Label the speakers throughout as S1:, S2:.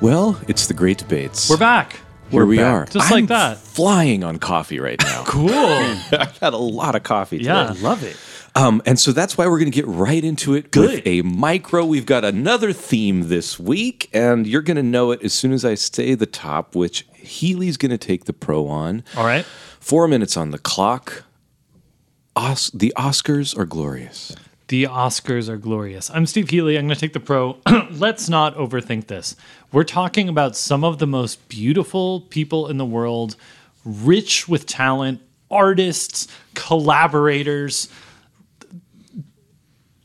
S1: Well, it's the great debates.
S2: We're back.
S1: Here we are.
S2: Just like
S1: I'm
S2: that.
S1: Flying on coffee right now.
S2: Cool.
S1: I've had a lot of coffee today.
S2: Yeah. Love it.
S1: Um, and so that's why we're going to get right into it
S2: Good.
S1: with a micro. We've got another theme this week, and you're going to know it as soon as I say the top, which Healy's going to take the pro on.
S2: All right.
S1: Four minutes on the clock. Os- the Oscars are glorious.
S2: The Oscars are glorious. I'm Steve Healy. I'm going to take the pro. Let's not overthink this. We're talking about some of the most beautiful people in the world, rich with talent, artists, collaborators,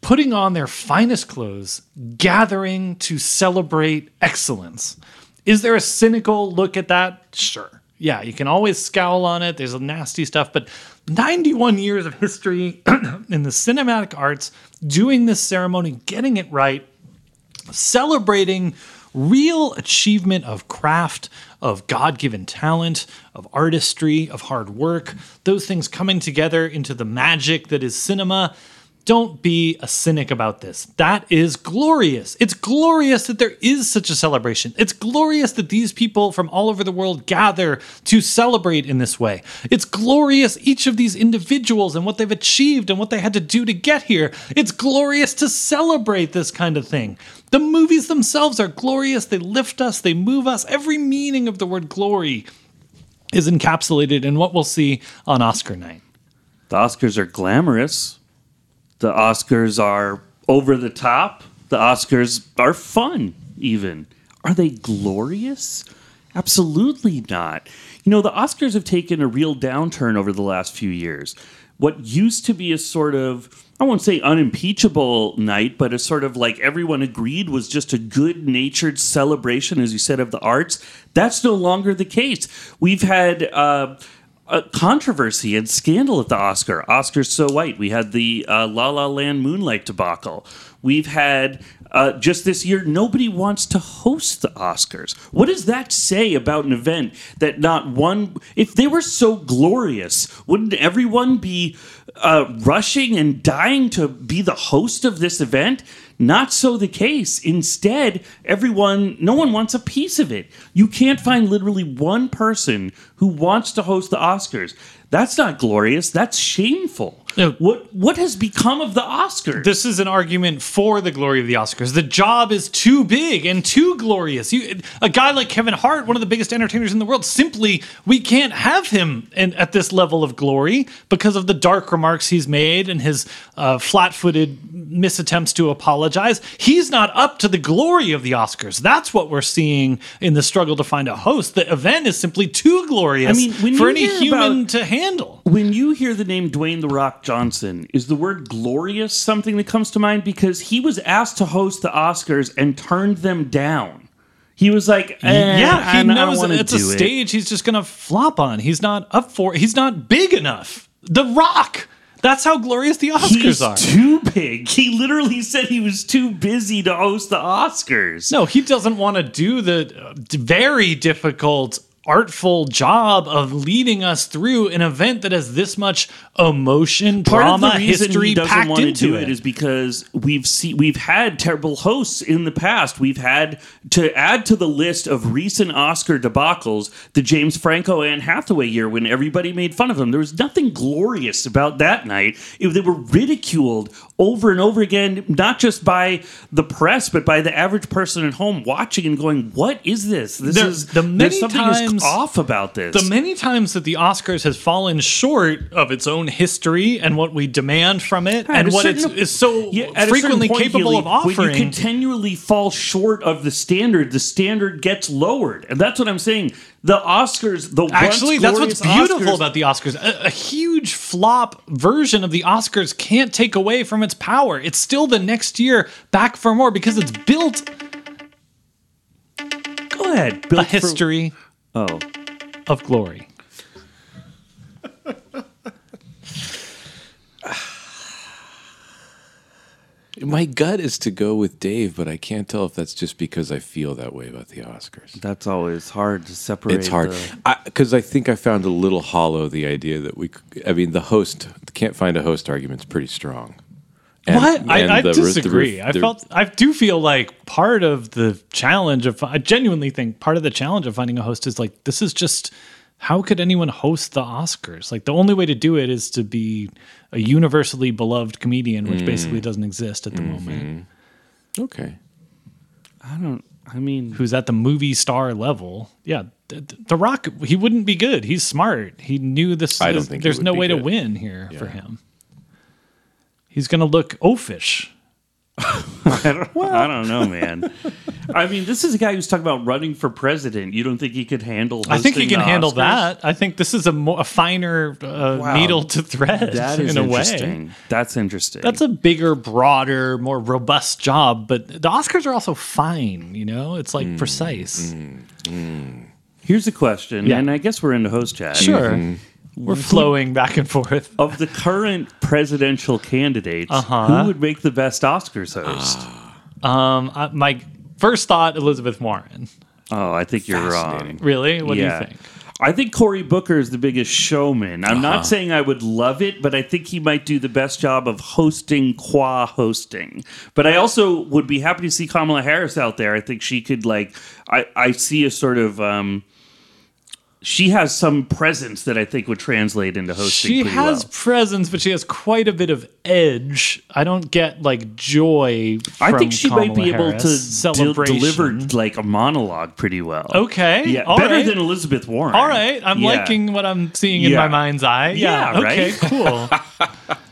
S2: putting on their finest clothes, gathering to celebrate excellence. Is there a cynical look at that? Sure. Yeah, you can always scowl on it. There's nasty stuff, but 91 years of history in the cinematic arts, doing this ceremony, getting it right, celebrating real achievement of craft, of God given talent, of artistry, of hard work, those things coming together into the magic that is cinema. Don't be a cynic about this. That is glorious. It's glorious that there is such a celebration. It's glorious that these people from all over the world gather to celebrate in this way. It's glorious each of these individuals and what they've achieved and what they had to do to get here. It's glorious to celebrate this kind of thing. The movies themselves are glorious. They lift us, they move us. Every meaning of the word glory is encapsulated in what we'll see on Oscar night.
S3: The Oscars are glamorous. The Oscars are over the top. The Oscars are fun, even. Are they glorious? Absolutely not. You know, the Oscars have taken a real downturn over the last few years. What used to be a sort of, I won't say unimpeachable night, but a sort of like everyone agreed was just a good natured celebration, as you said, of the arts, that's no longer the case. We've had. Uh, uh, controversy and scandal at the Oscar. Oscars so white. We had the uh, La La Land Moonlight debacle. We've had uh, just this year. Nobody wants to host the Oscars. What does that say about an event that not one? If they were so glorious, wouldn't everyone be uh, rushing and dying to be the host of this event? Not so the case. Instead, everyone, no one wants a piece of it. You can't find literally one person who wants to host the Oscars. That's not glorious. That's shameful.
S2: No.
S3: What what has become of the Oscars?
S2: This is an argument for the glory of the Oscars. The job is too big and too glorious. You, a guy like Kevin Hart, one of the biggest entertainers in the world, simply we can't have him in, at this level of glory because of the dark remarks he's made and his uh, flat-footed misattempts to apologize. He's not up to the glory of the Oscars. That's what we're seeing in the struggle to find a host. The event is simply too glorious
S3: I mean, when
S2: for
S3: you
S2: any
S3: hear
S2: human
S3: about-
S2: to handle.
S3: when you hear the name Dwayne the Rock Johnson, is the word glorious something that comes to mind? Because he was asked to host the Oscars and turned them down. He was like, eh,
S2: yeah, he
S3: I, I don't
S2: knows
S3: wanna
S2: it's a
S3: do it.
S2: stage he's just gonna flop on. He's not up for. He's not big enough. The Rock. That's how glorious the
S3: He's
S2: Oscars are.
S3: too big. He literally said he was too busy to host the Oscars.
S2: no, he doesn't want to do the uh, d- very difficult, artful job of leading us through an event that has this much emotion,
S3: Part
S2: drama,
S3: of the reason
S2: history
S3: he doesn't
S2: packed
S3: want to
S2: into
S3: do
S2: it.
S3: it is because we've seen we've had terrible hosts in the past. We've had to add to the list of recent Oscar debacles the James Franco Anne Hathaway year when everybody made fun of him. There was nothing glorious about that night. It- they were ridiculed over and over again, not just by the press but by the average person at home watching and going, "What is this? This
S2: There-
S3: is
S2: the
S3: there's
S2: many
S3: something
S2: times-
S3: is off about this."
S2: the many times that the Oscars has fallen short of its own history and what we demand from it
S3: at
S2: and
S3: a
S2: what
S3: certain-
S2: it's is so
S3: Yeah, at a
S2: frequently
S3: certain point,
S2: capable
S3: Healy,
S2: of offering.
S3: When you continually fall short of the standard, the standard gets lowered, and that's what I'm saying. The Oscars, the
S2: Actually,
S3: once
S2: that's what's
S3: glorious
S2: beautiful
S3: Oscars-
S2: about the Oscars. A, a huge flop version of the Oscars can't take away from its power. It's still the next year back for more because it's built
S3: Go ahead,
S2: a
S3: Bill.
S2: history
S3: oh,
S2: of glory.
S1: My gut is to go with Dave, but I can't tell if that's just because I feel that way about the Oscars.
S3: that's always hard to separate.
S1: It's hard because I, think I found a little hollow the idea that we. c- I mean, the host the can't find a host argument's pretty strong, And,
S2: What?
S1: and
S2: I, I
S1: the- the-
S2: disagree. I
S1: the-
S2: felt I do feel like part of the challenge of I genuinely think part of the challenge of finding a host is like this is just how could anyone host the Oscars? Like the only way to do it is to be a universally beloved comedian,
S1: Mm.
S2: which basically doesn't exist at the
S1: Mm-hmm.
S2: moment.
S1: okay.
S3: I don't. I mean,
S2: Who's at the movie star level? Yeah, th- th- The Rock. He wouldn't be good. He's smart. He knew this.
S1: I don't
S2: there's-
S1: think he
S2: there's
S1: would
S2: no
S1: be
S2: way to
S1: good.
S2: win here for him. He's gonna look oafish.
S3: I don't, I don't know, man. I mean, this is a guy who's talking about running for president. You don't think he could handle?
S2: I think he
S3: hosting
S2: can
S3: the
S2: handle
S3: Oscars?
S2: that. I think this is a, mo- a finer uh,
S3: Wow.
S2: needle to thread
S3: That is
S2: in a way.
S3: interesting. That's interesting.
S2: That's a bigger, broader, more robust job, but the Oscars are also fine, you know? It's like
S1: Mm,
S2: precise.
S3: Here's a question,
S2: Yeah.
S3: and I guess we're into host chat.
S2: Sure.
S1: Mm-hmm.
S2: We're flowing back and forth.
S3: Of the current presidential candidates,
S2: Uh-huh.
S3: who would make the best Oscars host?
S2: Um, I, my first thought Elizabeth Warren.
S3: Oh, I think you're wrong.
S1: Fascinating.
S2: Really? What do you think?
S3: I think Cory Booker is the biggest showman. I'm
S2: Uh-huh.
S3: not saying I would love it, but I think he might do the best job of hosting qua hosting. But I also would be happy to see Kamala Harris out there. I think she could like I, I see a sort of um she has some presence that I think would translate into hosting.
S2: She
S3: pretty
S2: has
S3: well.
S2: presence, but she has quite a bit of edge. I don't get like joy.
S3: I
S2: from
S3: think she might
S2: Kamala
S3: be able
S2: Harris.
S3: to de-
S2: Celebration.
S3: deliver like a monologue pretty well.
S2: Okay.
S3: Yeah,
S2: all
S3: better
S2: right.
S3: than Elizabeth Warren.
S2: All right, I'm
S3: Yeah.
S2: liking what I'm seeing in
S3: Yeah.
S2: my mind's eye. Yeah,
S3: Yeah,
S2: okay,
S3: right?
S2: cool.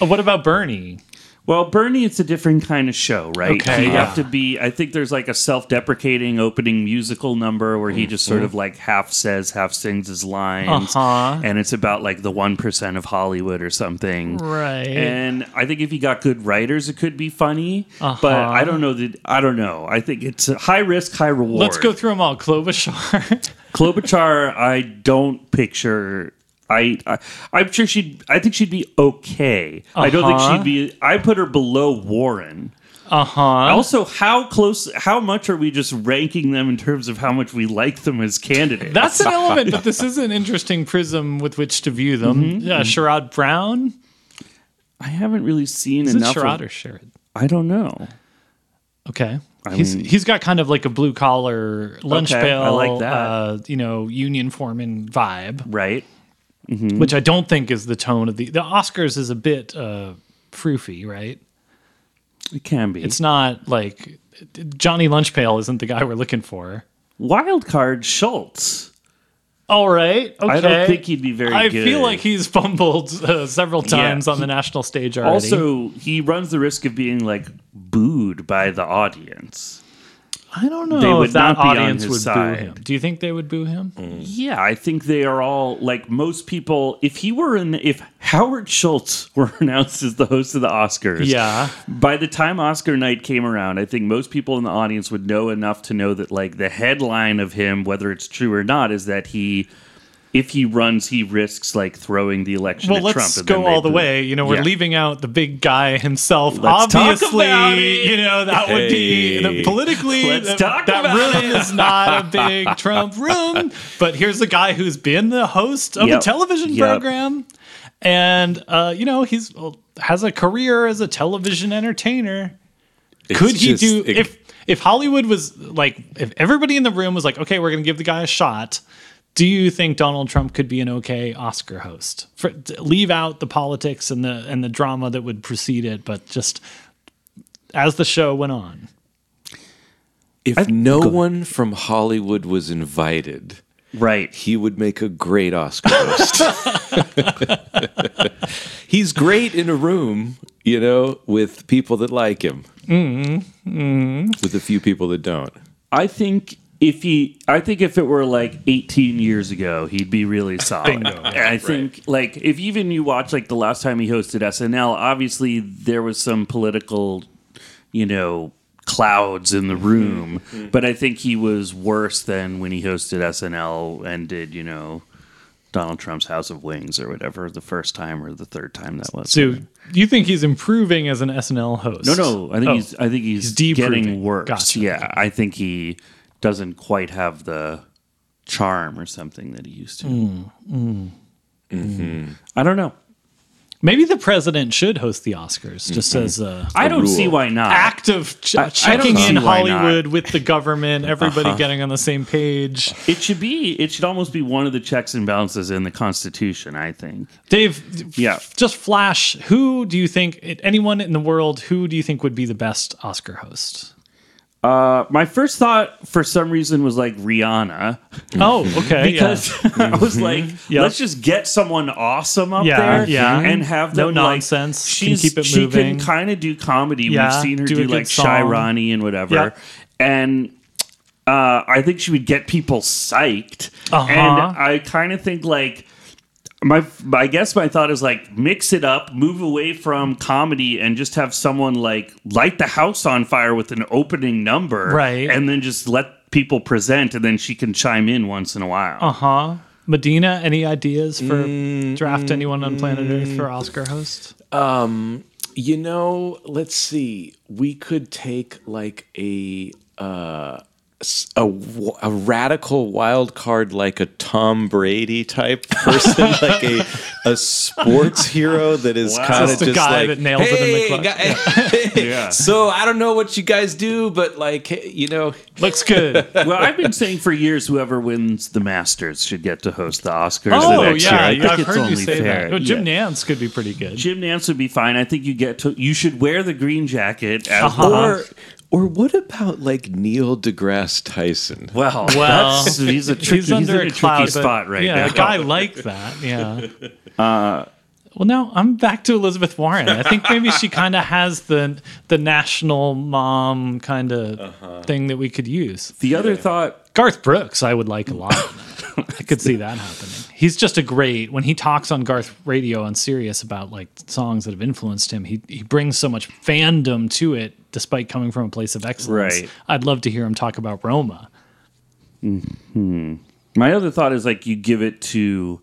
S2: Uh, what about Bernie?
S3: Well, Bernie, it's a different kind of show, right?
S2: Okay,
S3: you
S2: yeah.
S3: have to be. I think there's like a self-deprecating opening musical number where he just sort of like half says, half sings his lines,
S2: Mm-hmm. Uh-huh.
S3: and it's about like the one percent of Hollywood or something.
S2: Right.
S3: And I think if you got good writers, it could be funny.
S2: Uh-huh.
S3: But I don't know that. I don't know. I think it's a high risk, high reward.
S2: Let's go through them all. Klobuchar.
S3: Klobuchar, I don't picture. I, I I'm sure she'd. I think she'd be okay. I don't think
S2: Uh-huh.
S3: she'd be. I put her below Warren.
S2: uh huh.
S3: Also, how close? How much are we just ranking them in terms of how much we like them as candidates?
S2: That's an element, but this is an interesting prism with which to view them.
S3: Mm-hmm.
S2: Yeah, Sherrod Brown.
S3: I haven't really seen
S2: Is it
S3: enough.
S2: Sherrod
S3: of-
S2: or Sherrod?
S3: I don't know.
S2: Okay. he's he's got kind of like a blue collar lunch
S3: Okay, I
S2: pail,
S3: like that.
S2: Uh, you know, union foreman vibe.
S3: Right? Hmm.
S2: which I don't think is the tone of the the Oscars is a bit uh froofy, right?
S3: It can be.
S2: It's not like Johnny Lunchpail isn't the guy we're looking for.
S3: wild card Schultz.
S2: All right, okay.
S3: I don't think he'd be very
S2: I
S3: good.
S2: feel like he's fumbled uh, several times on the national stage already.
S3: Also, he runs the risk of being like booed by the audience.
S2: I don't know
S3: they would
S2: if that
S3: not be on
S2: audience
S3: his
S2: would
S3: side. Mm.
S2: boo him. Do you think they would boo him?
S3: Yeah, I think they are all like most people. If he were in, if Howard Schultz were announced as the host of the Oscars,
S2: Yeah.
S3: By the time Oscar night came around, I think most people in the audience would know enough to know that like the headline of him, whether it's true or not, is that he, if he runs, he risks like throwing the election.
S2: Well,
S3: to Trump,
S2: let's
S3: and then
S2: go
S3: they
S2: all the
S3: boo.
S2: way. You know, we're
S3: Yeah.
S2: leaving out the big guy himself.
S3: Let's talk
S2: Obviously,
S3: about it.
S2: you know that would be the,
S1: Hey.
S2: politically
S3: Let's
S2: that,
S3: talk
S2: that
S3: about
S2: room is not a big Trump room. But here's the guy who's been the host of
S3: Yep.
S2: a television
S3: Yep.
S2: program, and uh, you know he's has a career as a television entertainer
S1: It's
S2: could he
S1: just-
S2: do
S1: it-
S2: if if Hollywood was like if everybody in the room was like, okay, we're gonna give the guy a shot. Do you think Donald Trump could be an okay Oscar host? For, t- leave out the politics and the and the drama that would precede it, but just as the show went on,
S1: if no one from Hollywood was invited,
S3: Right.
S1: he would make a great Oscar host. He's great in a room, you know, with people that like him, mm-hmm.
S2: Mm-hmm.
S1: with a few people that don't.
S3: I think if he, I think if it were like 18 years ago, he'd be really solid.
S2: Bingo.
S3: And I think like if even you watch like the last time he hosted SNL, obviously there was some political, you know, clouds in the room, but I think he was worse than when he hosted SNL and did you know Donald Trump's House of Wings or whatever the first time or the third time that was.
S2: so you think he's improving as an SNL host?
S3: No, no. I think
S2: Oh.
S3: he's. I think he's,
S2: He's deproving.
S3: getting worse.
S2: Gotcha.
S3: Yeah, I think he doesn't quite have the Mm, charm or something that he used to. I don't Mm-hmm. know.
S2: Maybe the president should host the Oscars, just as a
S3: I don't
S1: rule.
S3: see why not.
S2: act of ch-
S3: Mm-hmm. I- I
S2: checking
S3: don't
S2: in
S3: see why not. Uh-huh.
S2: Hollywood with the government, everybody getting on the same page.
S3: It should be. It should almost be one of the checks and balances in the Constitution. I think.
S2: Dave,
S3: Yeah.
S2: just flash. Who do you think? Anyone in the world? Who do you think would be the best Oscar host?
S3: Uh, my first thought, for some reason, was like Rihanna,
S2: Oh, okay.
S3: because I was like,
S2: Mm-hmm. Yep.
S3: let's just get someone awesome up
S2: Yeah,
S3: there,
S2: yeah.
S3: and have
S2: No
S3: them like,
S2: nonsense, can
S3: She's
S2: keep it
S3: she
S2: moving.
S3: can kind of do comedy.
S2: Yeah,
S3: We've seen her
S2: do a
S3: do,
S2: good
S3: like Shy
S2: song.
S3: Ronnie and whatever,
S2: Yeah.
S3: and. Uh, I think she would get people psyched,
S2: Uh-huh.
S3: and I kind of think like my I guess my thought is like mix it up, move away from comedy, and just have someone like light the house on fire with an opening number,
S2: Right.
S3: And then just let people present, and then she can chime in once in a while.
S2: Uh huh. Medina, any ideas for draft anyone on planet Earth for Oscar host?
S1: You know, let's see. We could take like a uh, s- a, w- a radical wild card, like a Tom Brady type person, like a a sports hero that is
S3: Wow.
S1: kind of
S2: Just a
S1: just
S2: guy
S1: like,
S2: that nails it in the
S1: hey,
S2: clutch."
S1: guy-
S3: Yeah.
S1: So I don't know what you guys do, but like hey, you know,
S2: Looks good.
S3: well, I've been saying for years, whoever wins the Masters should get to host the Oscars.
S2: oh
S3: the next year.
S2: yeah,
S3: I think
S2: I've
S3: it's
S2: heard
S3: only
S2: you say
S3: fair.
S2: that. Oh, Jim
S3: Yeah.
S2: Nance could be pretty good.
S3: Jim Nance would be fine. I think you get to. You should wear the green jacket. As
S2: Uh-huh.
S1: or or what about like Neil deGrasse Tyson?
S3: well,
S2: Well,
S3: that's- he's a tricky, he's in a tricky
S2: but
S3: spot right
S2: yeah,
S3: now. Uh,
S2: a guy like that. Yeah. well, now I'm back to Elizabeth Warren. I think maybe she kind of has the the national mom kind of
S3: Uh-huh.
S2: thing that we could use.
S3: the other thought
S2: Garth Brooks, I would like a lot. I could see that happening. He's just a great when he talks on Garth Radio on Sirius about like songs that have influenced him. He he brings so much fandom to it, despite coming from a place of excellence.
S3: Right.
S2: I'd love to hear him talk about Roma.
S3: My other thought is like you give it to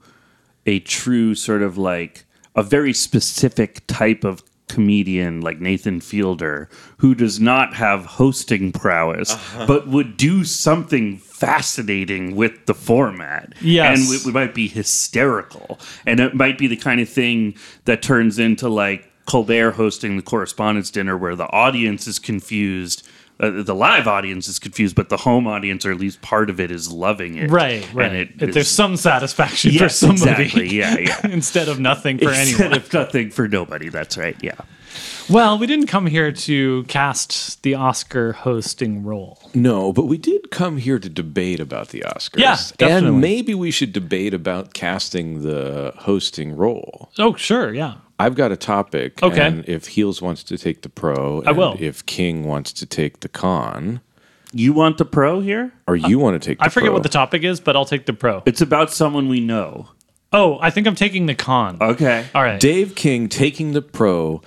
S3: a true sort of like a very specific type of comedian like Nathan Fielder who does not have hosting prowess but would do something fascinating with the format.
S2: Yes.
S3: And it, it might be hysterical. And it might be the kind of thing that turns into like Colbert hosting the correspondence dinner where the audience is confused. Uh, the live audience is confused, but the home audience, or at least part of it, is loving it.
S2: Right, right.
S3: And
S2: If
S3: it,
S2: There's some satisfaction for
S3: Yes,
S2: somebody
S3: exactly. Yeah, yeah.
S2: instead of nothing for
S3: Instead
S2: anyone.
S3: of nothing for nobody. That's right. Yeah.
S2: Well, we didn't come here to cast the Oscar hosting role.
S1: No, but we did come here to debate about the Oscars.
S2: Yeah, definitely.
S1: And maybe we should debate about casting the hosting role.
S2: Oh, sure, yeah.
S1: I've got a topic.
S2: Okay.
S1: And if Heels wants to take the pro, I
S2: will.
S1: If King wants to take the con,
S3: You want the pro here?
S1: or you want to take the
S2: I forget
S1: pro,
S2: what the topic is, but I'll take the pro.
S3: It's about someone we know.
S2: Oh, I think I'm taking the con.
S3: Okay.
S2: All right.
S1: Dave King taking the pro,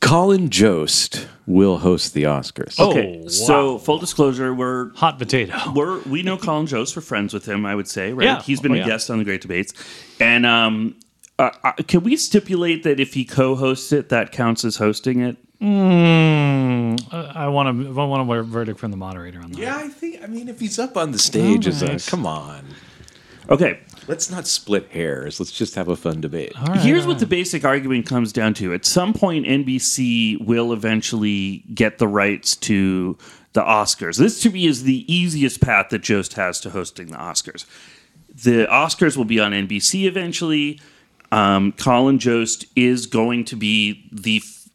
S1: Colin Jost will host the Oscars.
S2: Oh.
S3: Okay.
S2: wow.
S3: So, full disclosure, we're
S2: Hot potato.
S3: we're we know Colin Jost. We're friends with him. I would say, right?
S2: Yeah.
S3: He's been
S2: Oh,
S3: a
S2: yeah.
S3: guest on the Great Debates, and um, uh, uh, can we stipulate that if he co-hosts it, that counts as hosting it?
S2: I want to. I want a verdict from the moderator on that.
S1: Yeah, I think. I mean, if he's up on the stage, it's like, come on.
S3: Okay.
S1: Let's not split hairs. Let's just have a fun debate.
S3: Here's what the basic argument comes down to. At some point, NBC will eventually get the rights to the Oscars. This, to me, is the easiest path that Jost has to hosting the Oscars. The Oscars will be on NBC eventually. Um, Colin Jost is going to be the f-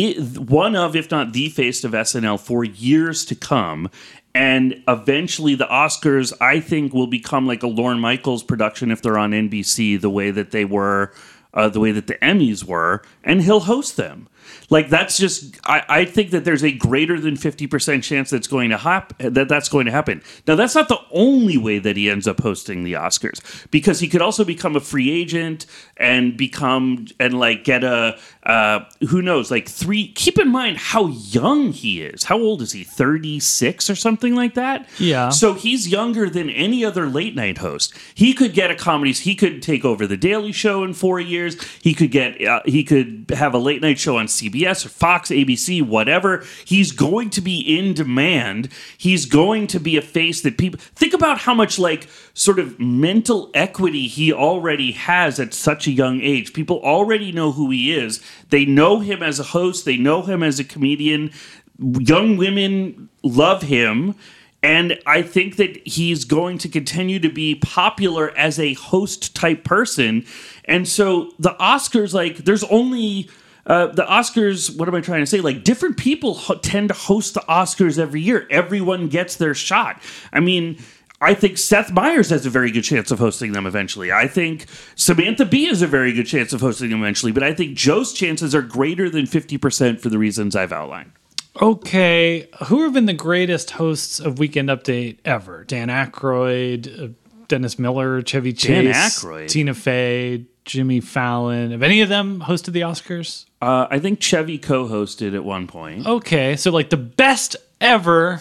S3: i- one of, if not the face of SNL for years to come. And eventually, the Oscars, I think, will become like a Lorne Michaels production if they're on NBC, the way that they were, uh, the way that the Emmys were, and he'll host them. Like that's just, I, I think that there's a greater than fifty percent chance that's going to hop that that's going to happen. Now that's not the only way that he ends up hosting the Oscars because he could also become a free agent and become and like get a uh, who knows like three. Keep in mind how young he is. How old is he? Thirty six or something like that.
S2: Yeah.
S3: So he's younger than any other late night host. He could get a comedy. He could take over the Daily Show in four years. He could get. Uh, he could have a late night show on CBS or Fox, ABC, whatever. He's going to be in demand. He's going to be a face that people think about how much like sort of mental equity he already has at such a young age. People already know who he is. They know him as a host, they know him as a comedian. Young women love him. And I think that he's going to continue to be popular as a host type person. And so the Oscars, like, there's only. Uh, the Oscars, what am I trying to say? Like, different people ho- tend to host the Oscars every year. Everyone gets their shot. I mean, I think Seth Meyers has a very good chance of hosting them eventually. I think Samantha Bee has a very good chance of hosting them eventually. But I think Joe's chances are greater than 50% for the reasons I've outlined.
S2: Okay, who have been the greatest hosts of Weekend Update ever? Dan Aykroyd, uh, Dennis Miller, Chevy Chase,
S3: Dan Aykroyd?
S2: Tina Fey, Jimmy Fallon. Have any of them hosted the Oscars?
S3: Uh, I think Chevy co hosted at one point.
S2: Okay, so like the best ever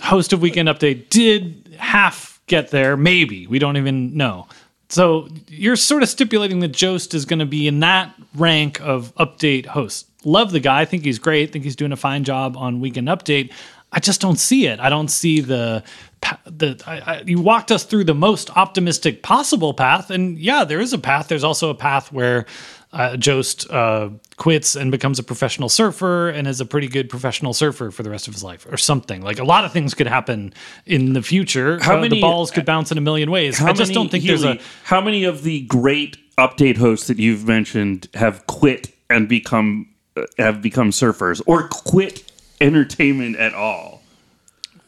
S2: host of Weekend Update did half get there, maybe. We don't even know. So you're sort of stipulating that Jost is going to be in that rank of update host. Love the guy. I think he's great. think he's doing a fine job on Weekend Update. I just don't see it. I don't see the pa- the I, I, you walked us through the most optimistic possible path, and yeah, there is a path. There's also a path where uh, Jost uh, quits and becomes a professional surfer and is a pretty good professional surfer for the rest of his life, or something. Like a lot of things could happen in the future.
S3: How
S2: Uh,
S3: many-
S2: the balls could bounce in a million ways. I just don't think there's
S3: Healy,
S2: a
S3: How many of the great update hosts that you've mentioned have quit and become uh, have become surfers or quit entertainment at all?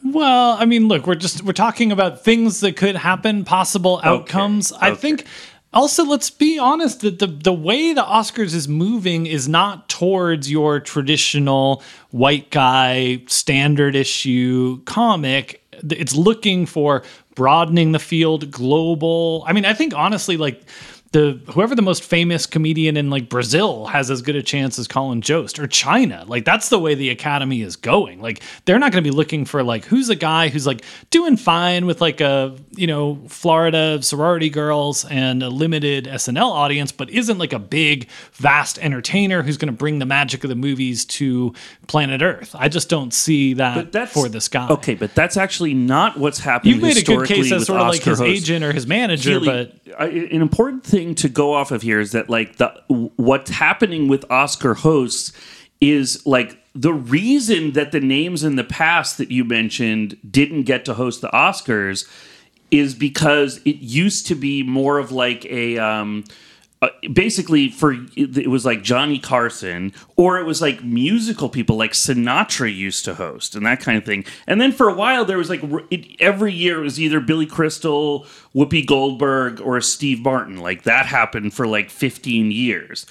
S2: Well, I mean, look, we're just we're talking about things that could happen, possible outcomes. I
S3: okay.
S2: think also let's be honest that the the way the Oscars is moving is not towards your traditional white guy standard issue comic. It's looking for broadening the field, global. I mean, I think honestly like the whoever the most famous comedian in like Brazil has as good a chance as Colin Jost or China. Like that's the way the Academy is going. Like they're not going to be looking for like who's a guy who's like doing fine with like a you know Florida sorority girls and a limited SNL audience, but isn't like a big vast entertainer who's going to bring the magic of the movies to planet Earth. I just don't see that for this guy.
S3: Okay, but that's actually not what's happened.
S2: You've made a good case as sort of like his
S3: agent.
S2: agent or his manager, but
S3: I- an important thing to go off of here is that like the what's happening with Oscar hosts is like the reason that the names in the past that you mentioned didn't get to host the Oscars is because it used to be more of like a um, uh, basically for it was like Johnny Carson or it was like musical people like Sinatra used to host and that kind of thing. And then for a while there was like r- it, every year it was either Billy Crystal, Whoopi Goldberg or Steve Martin. Like that happened for like 15 years.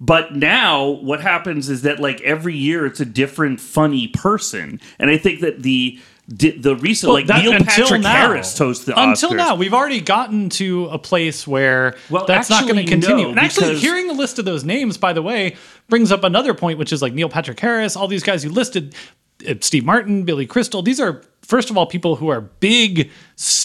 S3: But now what happens is that like every year it's a different funny person. And I think that the di- the recent like
S2: that-
S3: Neil
S2: until
S3: Patrick
S2: now-
S3: Harris hosts the
S2: until
S3: Oscars.
S2: now we've already gotten to a place where
S3: Well,
S2: that's not going
S3: actually,
S2: to continue
S3: no,
S2: and actually
S3: because-
S2: hearing a list of those names by the way brings up another point which is like neil patrick harris all these guys you listed uh, steve martin billy crystal these are first of all people who are big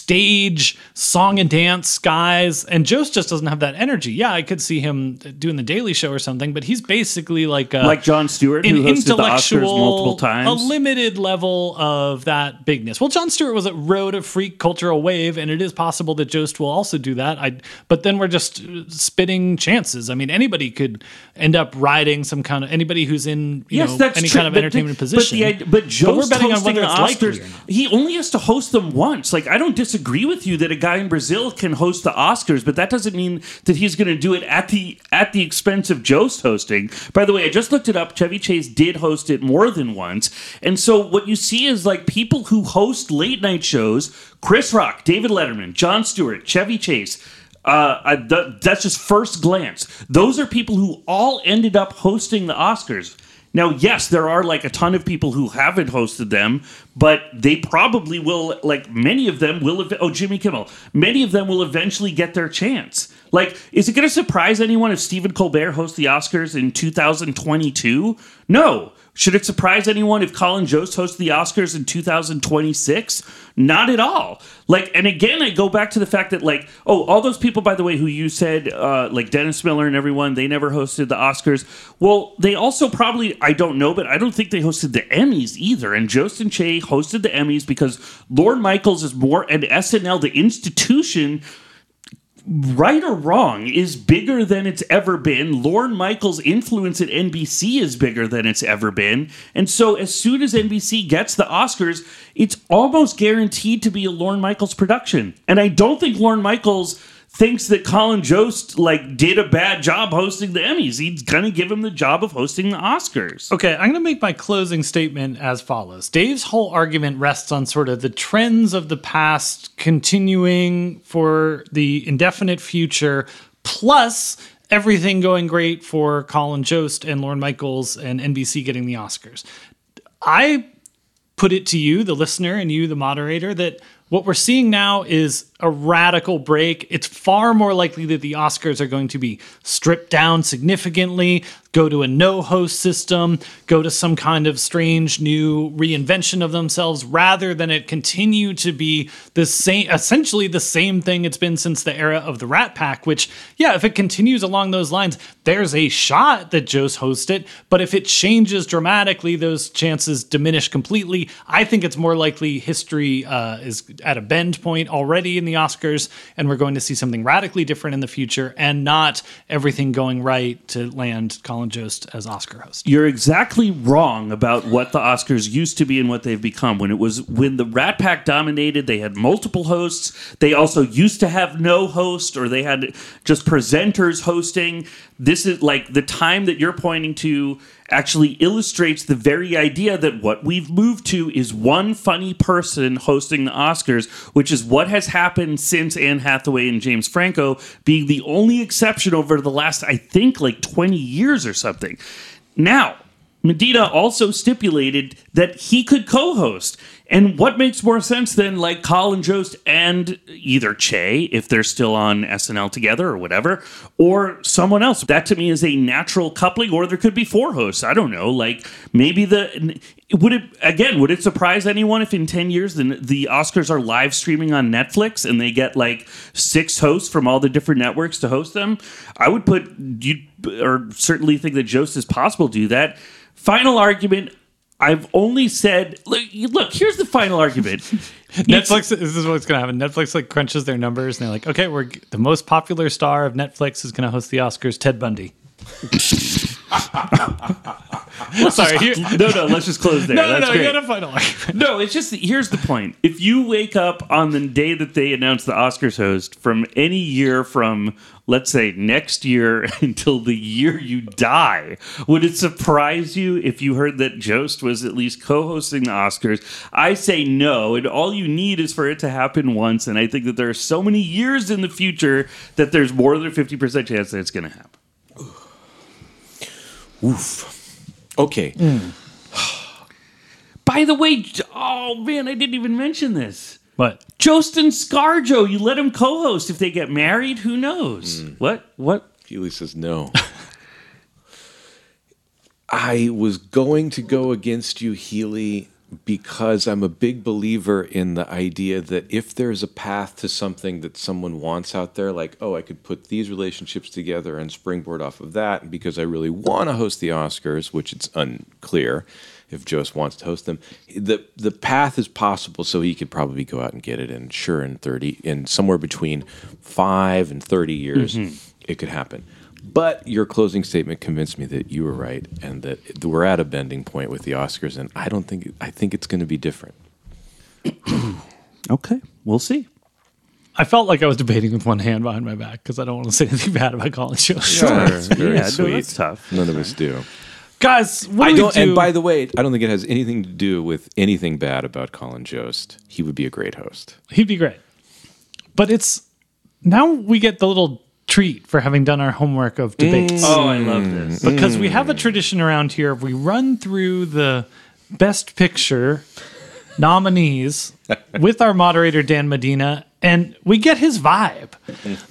S2: stage song and dance guys and jost just doesn't have that energy yeah i could see him doing the daily show or something but he's basically like a,
S3: like John Stewart,
S2: an
S3: who hosted the Oscars
S2: intellectual,
S3: multiple times.
S2: a limited level of that bigness. Well, John Stewart was a rode a freak cultural wave, and it is possible that Jost will also do that. I, but then we're just uh, spitting chances. I mean, anybody could end up riding some kind of anybody who's in you know any kind of
S3: But the-
S2: entertainment
S3: but the
S2: position.
S3: id- But, Joe's
S2: we're betting on
S3: hosting
S2: whether
S3: the
S2: it's likely or
S3: Oscars.
S2: not.
S3: He only has to host them once. Like I don't disagree with you that a guy in Brazil can host the Oscars, but that doesn't mean that he's going to do it at the at the expense of Joe's hosting. By the way, I just looked it up. Chevy Chase did host it more than once, and so what you see is like people who host late night shows: Chris Rock, David Letterman, John Stewart, Chevy Chase. Uh, I, th- that's just first glance. Those are people who all ended up hosting the Oscars. Now, yes, there are like a ton of people who haven't hosted them, but they probably will like many of them will ev- oh jimmy kimmel many of them will eventually get their chance like is it going to surprise anyone if stephen colbert hosts the oscars in 2022 no should it surprise anyone if colin jost hosts the oscars in 2026 not at all like and again i go back to the fact that like oh all those people by the way who you said uh, like dennis miller and everyone they never hosted the oscars well they also probably i don't know but i don't think they hosted the emmys either and jost and che hosted the emmys because lord michaels is more and snl the institution right or wrong, is bigger than it's ever been. Lorne Michaels' influence at NBC is bigger than it's ever been. And so, as soon as NBC gets the Oscars, it's almost guaranteed to be a Lorne Michaels production. And I don't think Lorne Michaels thinks that Colin Jost like did a bad job hosting the Emmys. He's gonna give him the job of hosting the Oscars.
S2: Okay, I'm going to make my closing statement as follows. Dave's whole argument rests on sort of the trends of the past continuing for the indefinite future, plus everything going great for Colin Jost and Lorne Michaels and NBC getting the Oscars. I put it to you, the listener, and you, the moderator, that what we're seeing now is a radical break. It's far more likely that the Oscars are going to be stripped down significantly, go to a no host system, go to some kind of strange new reinvention of themselves, rather than it continue to be the same, essentially the same thing it's been since the era of the Rat Pack, which, yeah, if it continues along those lines, there's a shot that Joe's hosts it. But if it changes dramatically, those chances diminish completely. I think it's more likely history uh, is at a bend point already in the Oscars, and we're going to see something radically different in the future and not everything going right to land Colin Jost as Oscar host.
S3: You're exactly wrong about what the Oscars used to be and what they've become. When it was when the Rat Pack dominated, they had multiple hosts. They also used to have no host or they had just presenters hosting. This is like the time that you're pointing to actually illustrates the very idea that what we've moved to is one funny person hosting the Oscars, which is what has happened since Anne Hathaway and James Franco being the only exception over the last, I think, like 20 years or something. Now, Medina also stipulated that he could co host. And what makes more sense than like Colin Jost and either Che, if they're still on SNL together or whatever, or someone else? That to me is a natural coupling, or there could be four hosts. I don't know. Like maybe the. Would it, again, would it surprise anyone if in 10 years the, the Oscars are live streaming on Netflix and they get like six hosts from all the different networks to host them? I would put, you or certainly think that Jost is possible to do that. Final argument. I've only said look, look here's the final argument.
S2: Netflix, this is what's going to happen. Netflix like crunches their numbers and they're like, okay, we're g- the most popular star of Netflix is going to host the Oscars, Ted Bundy. Sorry, here, no,
S3: no, no, let's just close there.
S2: no,
S3: That's
S2: no,
S3: great.
S2: you got a final argument.
S3: No, it's just here's the point. If you wake up on the day that they announce the Oscars host from any year from let's say next year until the year you die, would it surprise you if you heard that Jost was at least co-hosting the Oscars? I say no, and all you need is for it to happen once, and I think that there are so many years in the future that there's more than a 50% chance that it's going to happen.
S1: Oof. Okay.
S2: Mm.
S3: By the way, J- oh man, I didn't even mention this.
S2: But
S3: Jost and Scarjo, you let them co-host if they get married. Who knows?
S1: Hmm.
S3: What? What?
S1: Keely says no. I was going to go against you, Healy, because I'm a big believer in the idea that if there's a path to something that someone wants out there, like, oh, I could put these relationships together and springboard off of that, and because I really want to host the Oscars, which it's unclear if Jost wants to host them, the the path is possible, so he could probably go out and get it. And sure, in 30, in somewhere between five and 30 years, it could happen. But your closing statement convinced me that you were right, and that we're at a bending point with the Oscars, and I don't think I think it's going to be different.
S3: Okay, we'll see.
S2: I felt like I was debating with one hand behind my back because I don't want to say anything bad about Colin Jost.
S1: very
S3: yeah, no,
S1: sweet.
S3: that's tough.
S1: None of us do.
S2: Guys, what
S1: I
S2: do
S1: don't.
S2: we do?
S1: And by the way, I don't think it has anything to do with anything bad about Colin Jost. He would be a great host.
S2: He'd be great. But it's now we get the little treat for having done our homework of
S1: Mm.
S2: debates. Uh,
S3: Oh, I
S1: Hmm.
S3: love this.
S2: because we have a tradition around here. We run through the best picture nominees with our moderator, Dan Medina, and we get his vibe.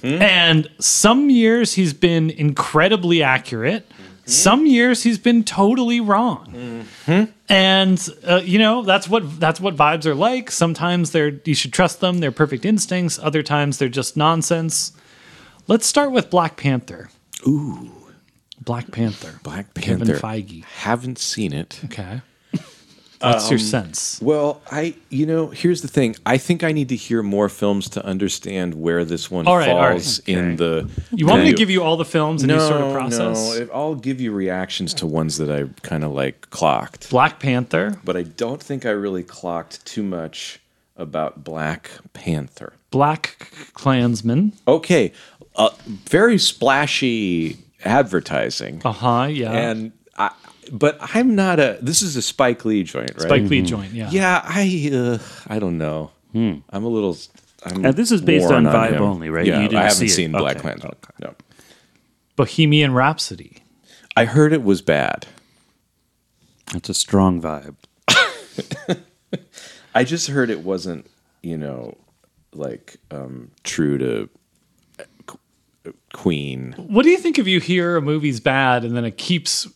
S2: And some years he's been incredibly accurate, some years he's been totally wrong and uh, you know that's what that's what vibes are like sometimes they're you should trust them they're perfect instincts other times they're just nonsense let's start with black panther ooh black panther
S1: Black
S2: Kevin
S1: Panther.
S2: Feige.
S1: Haven't seen it.
S2: okay what's your sense
S1: Well, I you know here's the thing. I think I need to hear more films to understand where this one
S2: All right, all right.
S1: falls in the.
S2: you want me to give you all the films and
S1: no,
S2: you sort of process
S1: No, it- I'll give you reactions to ones that I kind of like clocked,
S2: black panther
S1: but I don't think I really clocked too much about Black Panther.
S2: black klansman
S1: Okay, uh, very splashy advertising,
S2: uh-huh yeah
S1: and I, but I'm not a. This is a Spike Lee joint, right?
S2: spike lee joint yeah
S1: Yeah, I uh, I don't know. I'm a little. I'm
S3: Now, Hmm. this is based
S1: worn
S3: on vibe
S1: him.
S3: only, right?
S1: Yeah,
S3: You didn't
S1: I haven't
S3: see it.
S1: seen Black
S3: Okay.
S1: Panther. No,
S2: bohemian rhapsody
S1: I heard it was bad.
S3: That's a strong vibe.
S1: I just heard it wasn't, you know, like um, true to uh, Q- uh, Queen.
S2: What do you think if you hear a movie's bad and then it keeps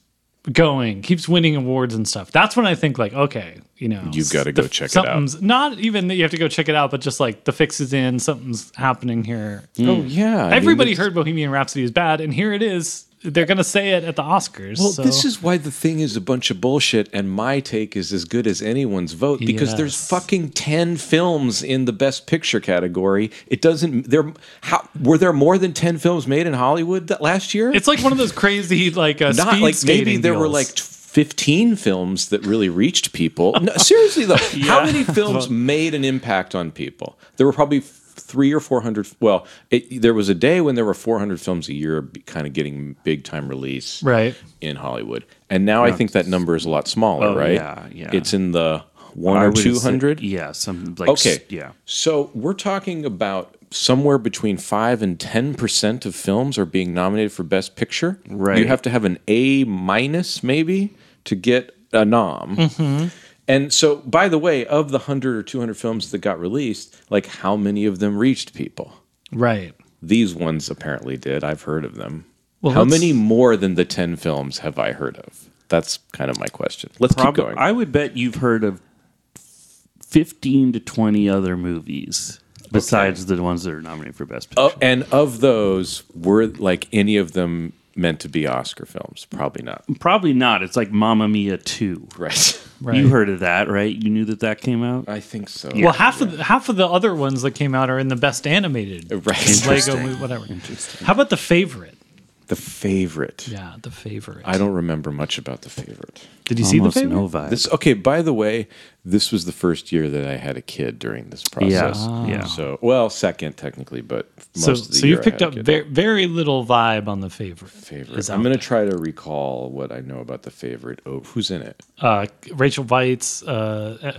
S2: going, keeps winning awards and stuff? That's when I think like, okay, you know,
S1: You've gotta go check it out.
S2: something's, it out. Not even that you have to go check it out, but just like the fix is in, something's happening here.
S1: Oh yeah, I mean,
S2: Everybody
S1: this-
S2: heard Bohemian Rhapsody is bad, and here it is. They're gonna say it at the Oscars.
S1: Well,
S2: so-
S1: this is why the thing is a bunch of bullshit, and my take is as good as anyone's vote because
S2: Yes.
S1: there's fucking ten films in the Best Picture category. It doesn't. There, how were there more than ten films made in Hollywood that last year?
S2: it's like one of those crazy like uh,
S1: not like
S2: speed
S1: maybe
S2: skating
S1: there were
S2: deals.
S1: like 15 films that really reached people. No, seriously though, how many films made an impact on people? There were probably f- three or 400. Well, it, there was a day when there were 400 films a year kind of getting big time release
S2: right.
S1: in Hollywood. And now I think that number is a lot smaller,
S3: Oh,
S1: right?
S3: yeah, yeah.
S1: It's in the one
S3: I
S1: or
S3: would have said-
S1: 200.
S3: Yeah, some like
S1: Okay.
S3: s- yeah.
S1: So we're talking about somewhere between five and ten percent of films are being nominated for Best Picture.
S3: Right.
S1: You have to have an A minus maybe to get a nom. And so, by the way, of the hundred or two hundred films that got released, like how many of them reached people?
S2: Right.
S1: These ones apparently did. I've heard of them.
S2: Well,
S1: how
S2: let's-
S1: many more than the ten films have I heard of? That's kind of my question. Let's keep
S3: Probably,
S1: going.
S3: I would bet you've heard of 15 to 20 other movies besides the ones that are nominated for Best Picture.
S1: Oh, and of those, were like any of them meant to be Oscar films? Probably not.
S3: Probably not. It's like Mamma Mia 2.
S1: Right.
S2: Right.
S3: You heard of that, right? You knew that that came out?
S1: I think so.
S2: well, half of the, half of the other ones that came out are in the best animated
S1: Right.
S2: Lego movie, whatever. How about the favorite?
S1: The favorite.
S2: Yeah, the favorite.
S1: I don't remember much about the favorite.
S2: Did you
S3: Almost
S2: see the favorite?
S3: no vibe.
S1: This okay, by the way, this was the first year that I had a kid during this
S3: yeah,
S1: process.
S3: yeah.
S1: So, well, second technically, but most
S2: So,
S1: of the
S2: so
S1: year
S2: you've
S1: I
S2: picked
S1: had a
S2: up
S1: kid.
S2: very, very little vibe on the favorite.
S1: favorite.
S2: is
S1: I'm
S2: out
S1: going to try to recall what I know about the favorite. Oh, who's in it?
S2: Uh, Rachel Weitz, uh, uh,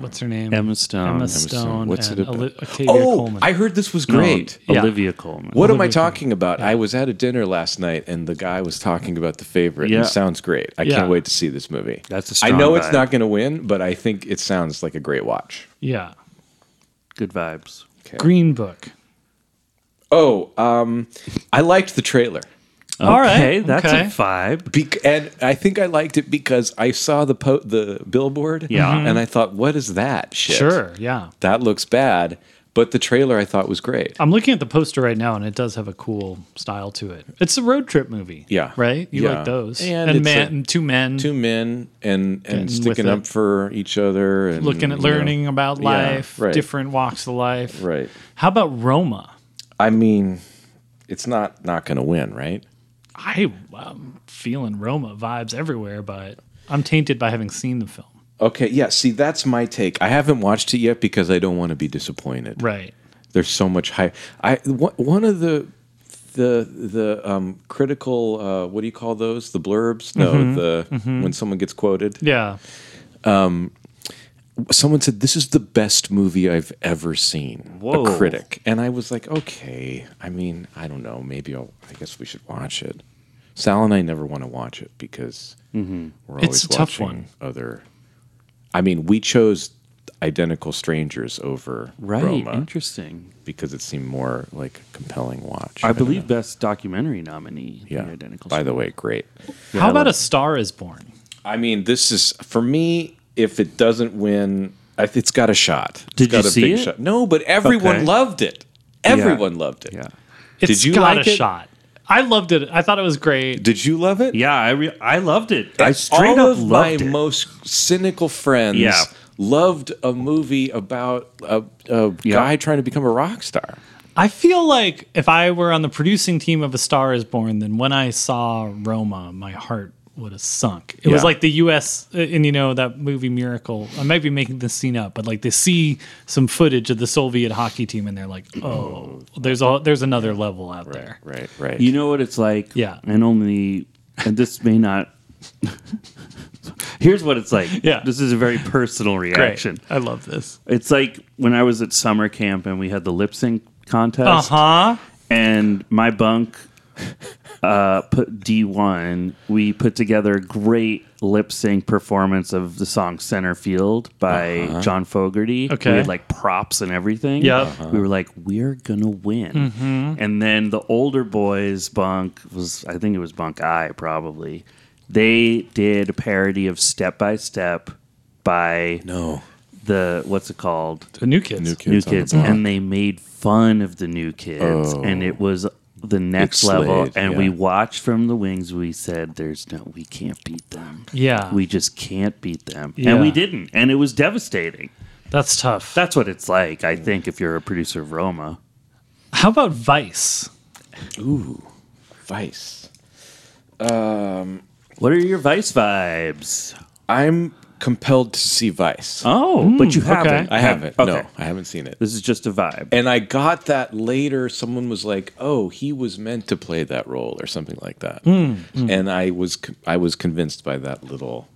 S2: what's her name?
S3: Emma Stone.
S2: Emma
S3: Stone.
S2: Stone.
S1: Oh. What's
S2: and
S1: it about?
S2: Oli- Octavia
S1: Oh,
S2: Coleman.
S1: I heard this was
S3: No,
S1: great.
S2: Yeah.
S3: Olivia Coleman.
S1: What am I
S2: Olivia Colman.
S1: talking about? I was at a dinner last night and the guy was talking about the favorite.
S3: Yeah.
S1: It sounds great. I
S2: Yeah.
S1: can't wait to see this movie.
S3: That's a
S1: I
S3: strong
S1: know it's
S3: vibe.
S1: not going to win, but I think it sounds like a great watch.
S2: yeah,
S3: Good vibes.
S1: Okay.
S2: Green Book.
S1: Oh, um, I liked the trailer.
S2: All right,
S3: Okay, that's
S2: okay.
S3: a vibe.
S1: Bec- and I think I liked it because I saw the po- the billboard,
S3: Yeah. Mhm.
S1: and I thought, "What is that shit?
S2: Sure, yeah.
S1: that looks bad." But the trailer I thought was great.
S2: I'm looking at the poster right now, and it does have a cool style to it. It's a road trip movie.
S1: Yeah.
S2: right. You
S1: Yeah.
S2: like those?
S1: And it's
S2: man,
S1: a-
S2: and two men
S1: Two men and
S2: with
S1: and sticking
S2: it.
S1: up for each other and
S2: looking at
S1: you know.
S2: learning about life,
S1: right.
S2: different walks of life.
S1: right.
S2: How about Roma?
S1: I mean, it's not not going to win, right?
S2: I, I'm feeling Roma vibes everywhere, but I'm tainted by having seen the film.
S1: Okay, yeah. See, that's my take. I haven't watched it yet because I don't want to be disappointed.
S2: Right.
S1: There's so much hype. I one one of the the the um, critical uh, what do you call those? The blurbs? No, the when someone gets quoted,
S2: Yeah.
S1: someone said this is the best movie I've ever seen.
S3: Whoa.
S1: A critic, and I was like, okay. I mean, I don't know. Maybe I'll, I guess we should watch it. Sal and I never want to watch
S3: Mm-hmm.
S1: it because we're always
S2: It's a tough
S1: watching
S2: one.
S1: other. I mean, we chose identical strangers over
S3: Right.
S1: Roma
S3: Interesting.
S1: because it seemed more like a compelling watch.
S3: I
S1: don't
S3: believe
S1: know.
S3: best documentary nominee.
S1: Yeah.
S3: The Identical
S1: By
S3: Twin.
S1: the way, great.
S2: How about A Star Is Born?
S1: I mean, this is for me. If it doesn't win, I- it's got a shot. It's
S3: Did
S1: got
S3: you
S1: a
S3: see
S1: big
S3: it?
S1: Shot. No, but everyone
S3: Okay.
S1: loved it. Everyone loved it.
S3: Yeah.
S2: It's
S1: Did you
S2: got
S1: like
S2: a
S1: it?
S2: shot. I loved it. I thought it was great.
S1: Did you love it?
S3: Yeah, I re- I loved it. I straight
S1: All
S3: up
S1: of my
S3: loved it.
S1: most cynical friends
S3: Yeah.
S1: loved a movie about a, a
S3: Yeah.
S1: guy trying to become a rock star.
S2: I feel like if I were on the producing team of A Star Is Born, then when I saw Roma, my heart would have sunk. It was
S1: Yeah.
S2: like the U.S. uh, and you know that movie Miracle. I might be making this scene up, but like they see some footage of the Soviet hockey team, and they're like, "Oh, there's a there's another level out there."
S1: Right, right.
S3: You know what it's like?
S2: Yeah.
S3: And only, and this may not. Here's what it's like.
S2: Yeah.
S3: This is a very personal reaction.
S2: Great. I love this.
S3: It's like when I was at summer camp and we had the lip sync
S2: Uh
S3: contest,
S2: huh.
S3: and my bunk uh, put D1. We put together a great lip sync performance of the song Center Field by John Fogerty.
S2: Okay.
S3: We had like props and everything.
S2: Yep. Mm-hmm. Uh-huh.
S3: We were like, we're going to win. And then the older boys, bunk was, I think it was bunk I probably, they did a parody of Step by Step by
S1: no.
S3: the, what's it called?
S2: The new kids.
S1: New Kids.
S3: new
S1: on the
S3: kids
S1: Block.
S3: and they made fun of the new kids
S1: Oh.
S3: and it was the next
S1: slayed,
S3: level and we
S1: yeah.
S3: watched from the wings we said there's no we can't beat them
S2: Yeah.
S3: we just can't beat them
S2: Yeah.
S3: and we didn't and it was devastating
S2: That's tough.
S3: that's what it's like i think if you're a producer of roma
S2: How about Vice?
S1: Vice.
S3: what are your vice vibes
S1: I'm compelled to see Vice.
S3: oh but you
S2: okay.
S3: haven't
S1: I haven't.
S3: okay.
S1: No, I haven't seen it.
S3: this is just a vibe
S1: And I got that later. Someone was like, "Oh, he was meant to play that role, or something like that." And I was con- I was convinced by that little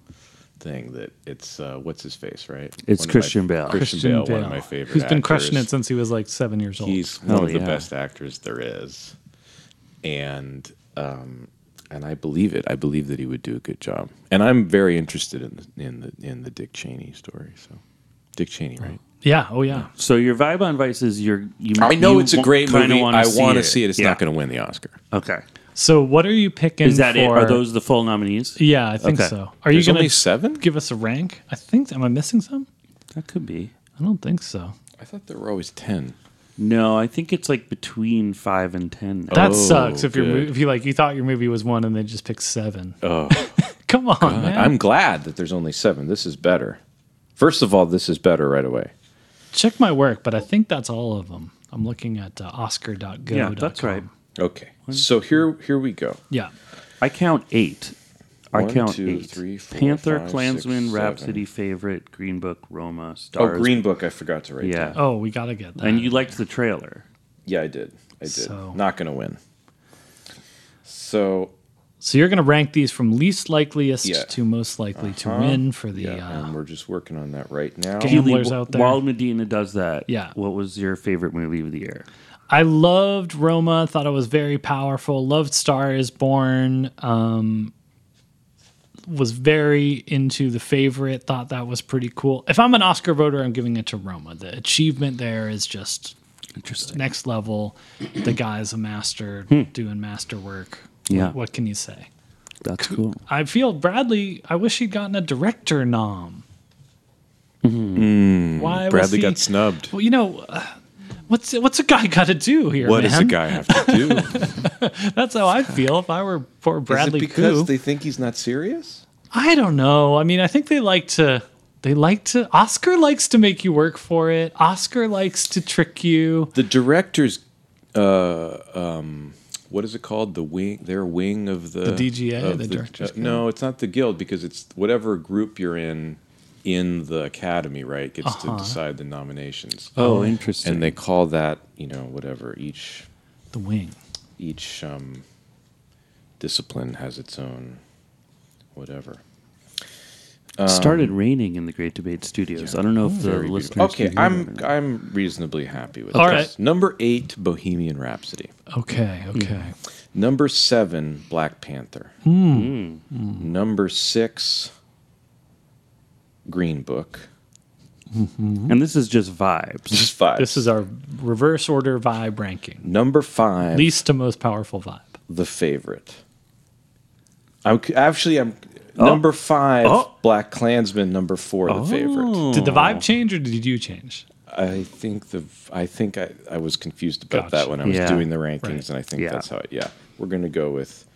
S1: thing that it's uh, what's his face, right?
S3: It's
S1: One of my-
S3: Christian Bale.
S1: Christian, Bale, one of my favorite.
S2: Who's been crushing
S1: actors.
S2: it since he was like seven years old.
S1: He's one
S3: Hell
S1: of the
S3: yeah.
S1: best actors there is, and um, and I believe it. I believe that he would do a good job. And I'm very interested in the, in the in the Dick Cheney story. So, Dick Cheney, right?
S2: yeah. Oh yeah.
S3: so your vibe on vice is you're you
S1: I know
S3: you
S1: it's a great
S3: kinda
S1: movie.
S3: wanna
S1: I want to see it. It's
S3: Yeah.
S1: not going to win the Oscar.
S3: okay
S2: So what are you picking?
S3: is that it
S2: for-
S3: are those the full nominees
S2: Yeah, I think
S3: Okay.
S2: so. Are
S1: There's
S2: you going
S1: only
S2: to
S1: seven?
S2: give us a rank? I think. Am I missing some?
S3: that could be
S2: I don't think so.
S1: I thought there were always ten.
S3: No, I think it's like between five and ten. now.
S2: That
S1: Oh,
S2: sucks. If your mo-
S1: good.
S2: if you like you thought your movie was one and they just picked seven.
S1: Oh,
S2: Come on, man.
S1: I'm glad that there's only seven. This is better. First of all, this is better right away.
S2: Check my work, but I think that's all of them. I'm looking at uh, Oscar.go.
S3: yeah, that's right.
S1: Okay, so here here we go.
S2: Yeah.
S3: I count eight. I
S1: One,
S3: count
S1: two,
S3: eight.
S1: three, four,
S3: Panther,
S1: five,
S3: Klansman,
S1: six,
S3: Rhapsody, favorite, Green Book, Roma,
S1: Oh,
S3: Stars.
S1: Green Book. I forgot to write. down.
S3: Yeah,
S2: Oh, we gotta get that.
S3: and you liked the trailer.
S1: Yeah, I did. I did.
S2: So-
S1: Not going to win. So,
S2: so you're gonna rank these from least likeliest
S1: Yeah. Uh-huh.
S2: to most likely to win for the.
S1: yeah, and
S2: Uh,
S1: we're just working on that right now.
S2: Game- Gamblers
S3: Keely,
S2: out there.
S3: While Medina does that,
S2: Yeah.
S3: What was your favorite movie of the year?
S2: I loved Roma. Thought it was very powerful. Loved Star Is Born. um, was very into the favorite, thought that was pretty cool. If I'm an Oscar voter, I'm giving it to Roma. The achievement there is just
S3: Interesting.
S2: next level. The guy's a master
S1: Hmm.
S2: doing master work.
S3: Yeah.
S2: What, what can you say?
S3: That's cool.
S2: I feel Bradley, I wish he'd gotten a director nom. Why was
S1: Hmm. Bradley
S2: he,
S1: got snubbed.
S2: Well, you know, uh, what's what's a guy got to do here,
S1: What
S2: man?
S1: does a guy have to do?
S2: That's how I feel if I were poor Bradley
S1: Is it because
S2: Coo.
S1: they think he's not serious?
S2: I don't know. I mean, I think they like to. They like to. Oscar likes to make you work for it. Oscar likes to trick you.
S1: The director's, uh, um, what is it called? The wing, their wing of the,
S2: The DGA, the Directors
S1: uh, no, it's not the guild because it's whatever group you're in in the academy, right? Gets
S2: Uh-huh.
S1: to decide the nominations,
S3: Oh, interesting.
S1: and they call that you know whatever each
S2: The wing.
S1: each um, discipline has its own whatever. um,
S3: it started raining in the Great Debate Studios. I don't
S2: Oh,
S3: know if the
S1: Very beautiful.
S3: listeners.
S1: okay,
S3: can hear
S1: I'm
S3: that.
S1: I'm reasonably happy with
S2: All
S1: this.
S2: right.
S1: Number eight, Bohemian Rhapsody. Hmm.
S2: Okay. Okay.
S1: Number seven, Black Panther.
S2: Hmm.
S3: Hmm.
S1: Number six, Green Book.
S3: And this is just vibes.
S1: Just five.
S2: This is our reverse order vibe ranking.
S1: Number five.
S2: Least to most powerful vibe.
S1: the favorite. I'm c- actually I'm number five.
S3: Oh.
S1: Black Klansman. Number four. The favorite.
S2: Did the vibe change or did you change?
S1: I think the I think I, I was confused about
S2: Gotcha.
S1: that when I was
S3: Yeah.
S1: doing the rankings,
S2: Right.
S1: and I think
S3: Yeah.
S1: that's how. it Yeah, we're gonna go with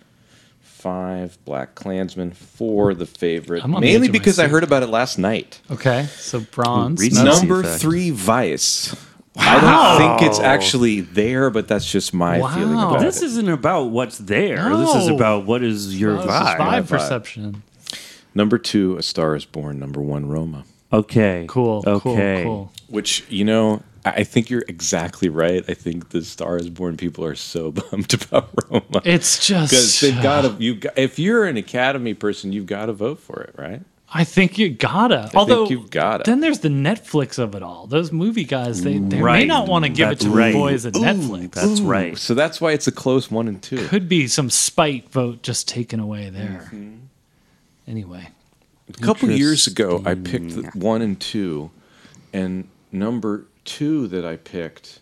S1: five Black Klansmen, four the favorite,
S2: I'm on the edge
S1: mainly
S2: of my
S1: because I
S2: seat.
S1: heard about it last night.
S2: Okay, so bronze.
S3: Recency
S2: no.
S1: Number
S3: effect.
S1: three, Vice. I don't think it's actually there, but that's just my
S2: Wow.
S1: feeling about
S3: This
S1: it.
S3: isn't about what's there. This is
S2: No.
S3: about what is your
S2: Oh, this is
S3: vibe.
S2: vibe
S1: vibe.
S2: perception.
S1: Number two, A Star Is Born. Number one, Roma.
S3: Okay.
S2: Cool.
S3: Okay.
S2: Cool.
S1: Which you know, I I think you're exactly right. I think the Star Is Born people are so bummed about Roma.
S2: cool. It's
S1: because
S2: just.
S1: they've got to you got- if you're an academy person you've got to vote for it right
S2: I think you gotta. Although
S1: you gotta.
S2: Then there's the Netflix of it all. Those movie guys, they, they may
S3: Right.
S2: not want to give
S3: That's
S2: it to
S3: right.
S2: the boys at Netflix.
S3: That's right.
S1: so that's why it's a close one and two
S2: Could be some spite vote just taken away there.
S1: Mm-hmm.
S2: Anyway,
S1: a couple years ago i picked the one and two and number two that i picked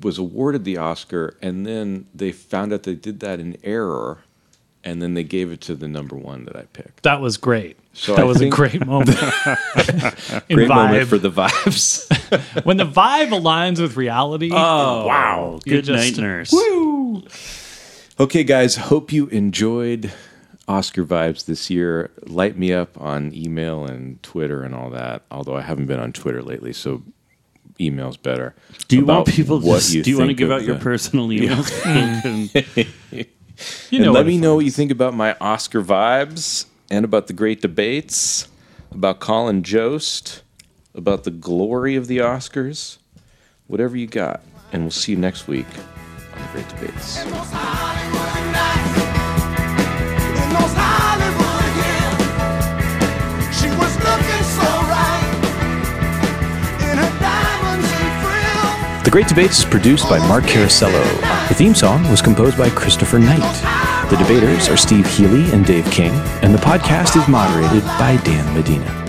S1: was awarded the oscar and then they found out they did that in error and then they gave it to the number one that i picked
S2: that was great.
S1: So
S2: that
S1: I
S2: was a
S1: think-
S2: great moment. In
S1: great moment
S2: vibe.
S1: for the vibes
S2: when the vibe aligns with reality.
S1: Oh,
S3: wow.
S2: Oh, You're
S3: Good
S2: just-
S3: night, nurse.
S1: Okay, guys, hope you enjoyed Oscar vibes this year. Light me up on email and Twitter and all that. Although I haven't been on Twitter lately, so email's better.
S3: Do you want
S1: About
S3: people?
S1: what
S3: Just, do you want to
S1: think
S3: give
S1: of
S3: out your
S1: the-
S3: personal emails?
S2: you
S1: And
S2: know,
S1: let
S2: what
S1: me
S2: if-
S1: know what you think about my Oscar vibes and about the great debates, about Colin Jost, about the glory of the Oscars, whatever you got. And we'll see you next week on the great debates.
S4: In those Hollywood nights, in those Hollywood hills, she was looking so right in her diamonds and frills.
S5: The Great Debates is produced by Mark Carasello. The theme song was composed by Christopher Knight. The debaters are Steve Healy and Dave King, and the podcast is moderated by Dan Medina.